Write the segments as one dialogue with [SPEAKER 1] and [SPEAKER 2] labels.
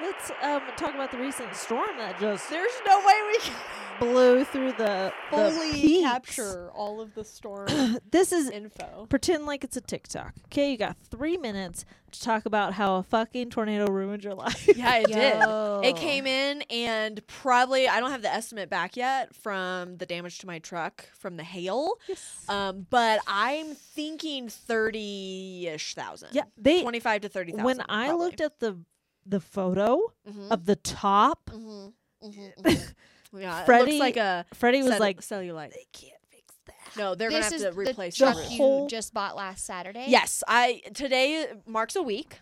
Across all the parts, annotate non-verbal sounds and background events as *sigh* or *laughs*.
[SPEAKER 1] let's um, talk about the recent storm that just
[SPEAKER 2] There's no way we can
[SPEAKER 1] blew through the the
[SPEAKER 2] fully
[SPEAKER 1] peaks.
[SPEAKER 2] capture all of the storm
[SPEAKER 1] *coughs* This is
[SPEAKER 2] info.
[SPEAKER 1] pretend like it's a TikTok. Okay, you got three minutes to talk about how a fucking tornado ruined your life.
[SPEAKER 2] Yeah, it did.
[SPEAKER 3] Yo.
[SPEAKER 2] It came in and probably I don't have the estimate back yet from the damage to my truck from the hail. Um, but I'm thinking thirty-ish thousand.
[SPEAKER 1] yeah, they.
[SPEAKER 2] twenty-five to thirty thousand. Mm-hmm.
[SPEAKER 1] When I looked at the the photo of the top,
[SPEAKER 2] hmm yeah, it
[SPEAKER 1] Freddie-
[SPEAKER 2] looks like a
[SPEAKER 1] Freddie was
[SPEAKER 2] cell-
[SPEAKER 1] like,
[SPEAKER 2] cellulite.
[SPEAKER 1] "They can't fix that."
[SPEAKER 2] No, they're
[SPEAKER 3] this
[SPEAKER 2] gonna
[SPEAKER 3] is
[SPEAKER 2] have to replace
[SPEAKER 3] the
[SPEAKER 2] the
[SPEAKER 3] truck
[SPEAKER 1] roof.
[SPEAKER 3] you
[SPEAKER 1] Whole-
[SPEAKER 3] just bought last Saturday.
[SPEAKER 2] Yes, I today marks a week.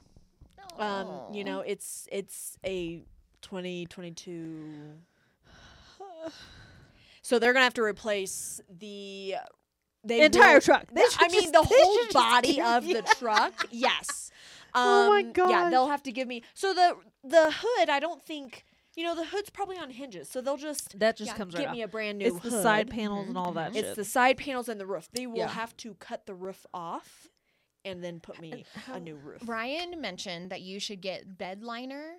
[SPEAKER 3] Oh.
[SPEAKER 2] Um, you know, it's it's a
[SPEAKER 1] *sighs*
[SPEAKER 2] 2022. So they're gonna have to replace the uh, they
[SPEAKER 1] Entire
[SPEAKER 2] will-
[SPEAKER 1] truck. They
[SPEAKER 2] No,
[SPEAKER 1] should
[SPEAKER 2] I mean,
[SPEAKER 1] just-
[SPEAKER 2] the
[SPEAKER 1] they
[SPEAKER 2] whole
[SPEAKER 1] should just
[SPEAKER 2] body
[SPEAKER 1] give
[SPEAKER 2] of
[SPEAKER 1] you- *laughs*
[SPEAKER 2] the truck. Yes. Um,
[SPEAKER 1] Oh my
[SPEAKER 2] Yeah,
[SPEAKER 1] gosh.
[SPEAKER 2] they'll have to give me. So the the hood, I don't think you know the hood's probably on hinges, so they'll just
[SPEAKER 1] That just
[SPEAKER 2] yeah,
[SPEAKER 1] comes
[SPEAKER 2] get
[SPEAKER 1] right
[SPEAKER 2] me a brand new.
[SPEAKER 1] It's the side
[SPEAKER 2] hood.
[SPEAKER 1] panels and all that.
[SPEAKER 2] It's
[SPEAKER 1] shit.
[SPEAKER 2] the side panels and the roof. They will
[SPEAKER 1] Yeah.
[SPEAKER 2] have to cut the roof off, and then put me a new roof.
[SPEAKER 3] Ryan mentioned that you should get bed liner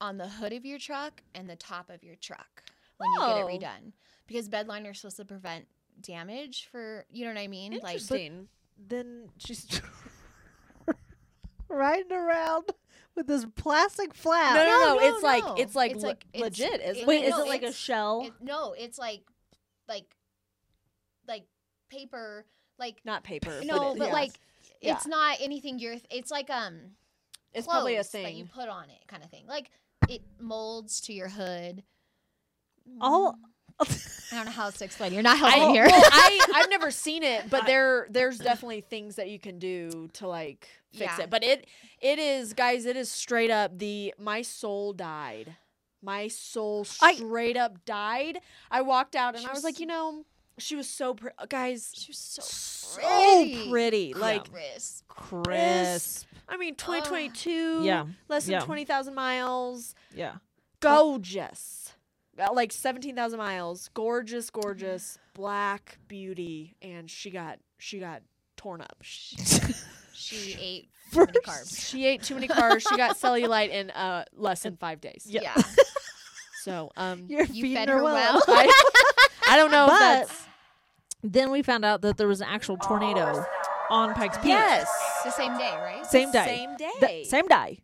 [SPEAKER 3] on the hood of your truck and the top of your truck when
[SPEAKER 2] Oh.
[SPEAKER 3] you get it redone because bed liner is supposed to prevent damage for you know what I mean. Like
[SPEAKER 2] Interesting.
[SPEAKER 1] then she's riding around *laughs* with this plastic *laughs* flap.
[SPEAKER 2] no, no, no,
[SPEAKER 3] no,
[SPEAKER 2] It's like
[SPEAKER 3] no.
[SPEAKER 2] it's like
[SPEAKER 3] It's
[SPEAKER 2] le-
[SPEAKER 3] like- it's-
[SPEAKER 2] legit, isn't
[SPEAKER 3] it-
[SPEAKER 2] it?
[SPEAKER 1] Wait, is
[SPEAKER 3] no,
[SPEAKER 1] it like a
[SPEAKER 3] it's-
[SPEAKER 1] shell?
[SPEAKER 3] it, no, it's like like like paper like
[SPEAKER 2] not paper?
[SPEAKER 3] no,
[SPEAKER 2] it-
[SPEAKER 3] but
[SPEAKER 2] yeah.
[SPEAKER 3] like
[SPEAKER 2] Yeah.
[SPEAKER 3] it's not anything you're. It's like um
[SPEAKER 2] it's probably a
[SPEAKER 3] clothes that you
[SPEAKER 2] thing.
[SPEAKER 3] put on it kind of thing. Like it molds to your hood. Mm,
[SPEAKER 1] All
[SPEAKER 3] I don't know how else to explain. You're not
[SPEAKER 2] I,
[SPEAKER 3] helping *laughs* here.
[SPEAKER 2] *laughs* well, I I've never seen it, but there there's definitely things that you can do to like fix
[SPEAKER 3] Yeah.
[SPEAKER 2] it. But it it is guys, it is straight up the my soul died. My soul
[SPEAKER 1] I-
[SPEAKER 2] straight up died. I walked out and
[SPEAKER 3] She
[SPEAKER 2] I was
[SPEAKER 3] was-
[SPEAKER 2] like, you know, she was so pretty, guys,
[SPEAKER 3] She was
[SPEAKER 2] so
[SPEAKER 3] so
[SPEAKER 2] pretty.
[SPEAKER 3] pretty.
[SPEAKER 1] Yeah.
[SPEAKER 2] Like
[SPEAKER 3] Crisp.
[SPEAKER 1] crisp.
[SPEAKER 2] I mean, 2022,
[SPEAKER 1] Yeah,
[SPEAKER 2] less than
[SPEAKER 1] yeah.
[SPEAKER 2] 20,000 miles.
[SPEAKER 1] Yeah.
[SPEAKER 2] gorgeous. About, Like 17,000 miles. Gorgeous, gorgeous, black beauty and she got she got torn up. She,
[SPEAKER 3] She ate too many
[SPEAKER 2] *laughs*
[SPEAKER 3] carbs.
[SPEAKER 2] she ate too many carbs. She got cellulite in uh less than 5 days.
[SPEAKER 1] Yeah.
[SPEAKER 3] Yeah.
[SPEAKER 2] So, um
[SPEAKER 1] You're
[SPEAKER 3] You
[SPEAKER 1] feeding
[SPEAKER 3] fed
[SPEAKER 1] her *laughs*
[SPEAKER 3] her well.
[SPEAKER 2] *laughs* I, I don't know
[SPEAKER 1] But-
[SPEAKER 2] if that's
[SPEAKER 1] Then we found out that there was an actual tornado on Pikes Peak.
[SPEAKER 2] Yes.
[SPEAKER 3] the same day, right?
[SPEAKER 1] Same day.
[SPEAKER 2] Same day.
[SPEAKER 1] Th- same day.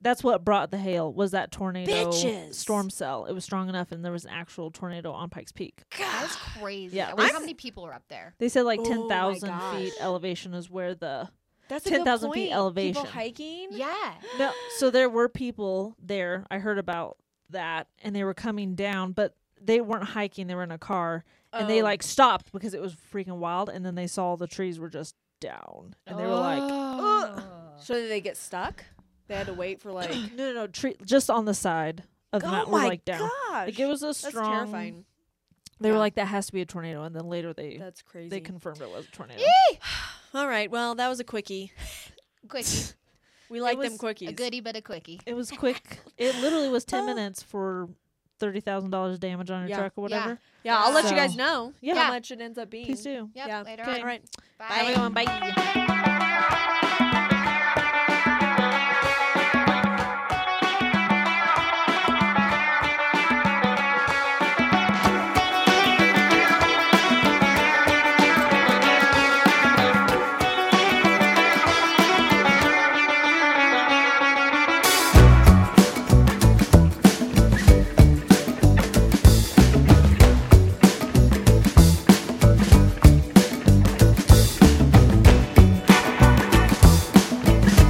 [SPEAKER 1] That's what brought the hail was that tornado
[SPEAKER 2] Bitches.
[SPEAKER 1] storm cell. It was strong enough and there was an actual tornado on Pikes Peak.
[SPEAKER 3] That was crazy.
[SPEAKER 1] Yeah,
[SPEAKER 3] I wonder
[SPEAKER 1] I'm-
[SPEAKER 3] how many people were up there.
[SPEAKER 1] They said like
[SPEAKER 2] Oh my
[SPEAKER 1] 10,000 feet
[SPEAKER 2] gosh.
[SPEAKER 1] elevation is where the
[SPEAKER 2] That's a
[SPEAKER 1] 10,000
[SPEAKER 2] good
[SPEAKER 1] feet
[SPEAKER 2] point.
[SPEAKER 1] elevation.
[SPEAKER 2] People hiking?
[SPEAKER 3] Yeah.
[SPEAKER 1] No, so there were people there. I heard about that, and they were coming down, but they weren't hiking. They were in a car, and they
[SPEAKER 2] Oh.
[SPEAKER 1] like stopped because it was freaking wild. And then they saw the trees were just down, and they were like,
[SPEAKER 3] Oh.
[SPEAKER 2] So did they get stuck? They had to wait for like
[SPEAKER 1] "No, no, no, tree just on the side of the
[SPEAKER 2] Oh
[SPEAKER 1] mountain, were,
[SPEAKER 2] my
[SPEAKER 1] like down."
[SPEAKER 2] gosh.
[SPEAKER 1] Like it was a
[SPEAKER 2] that's
[SPEAKER 1] strong.
[SPEAKER 2] terrifying.
[SPEAKER 1] They
[SPEAKER 2] Yeah.
[SPEAKER 1] were like, "That has to be a tornado," and then later they
[SPEAKER 2] That's crazy.
[SPEAKER 1] they confirmed it was a tornado.
[SPEAKER 2] All right. Well, that was a quickie.
[SPEAKER 3] Quickie.
[SPEAKER 2] We like
[SPEAKER 1] was
[SPEAKER 2] them
[SPEAKER 1] a
[SPEAKER 2] quickies.
[SPEAKER 3] A goodie, but a quickie.
[SPEAKER 1] It was quick. it literally was ten
[SPEAKER 2] Oh.
[SPEAKER 1] minutes for thirty thousand dollars damage on your
[SPEAKER 2] Yeah.
[SPEAKER 1] truck or
[SPEAKER 3] Yeah.
[SPEAKER 1] whatever.
[SPEAKER 2] yeah, I'll let you guys
[SPEAKER 1] So-
[SPEAKER 2] know
[SPEAKER 1] Yeah.
[SPEAKER 2] how much it ends up being.
[SPEAKER 1] Please do.
[SPEAKER 3] Yep.
[SPEAKER 2] Yeah.
[SPEAKER 3] Later
[SPEAKER 1] Okay.
[SPEAKER 3] on.
[SPEAKER 2] All right.
[SPEAKER 3] Bye.
[SPEAKER 2] Have a good one. Bye.
[SPEAKER 3] Bye.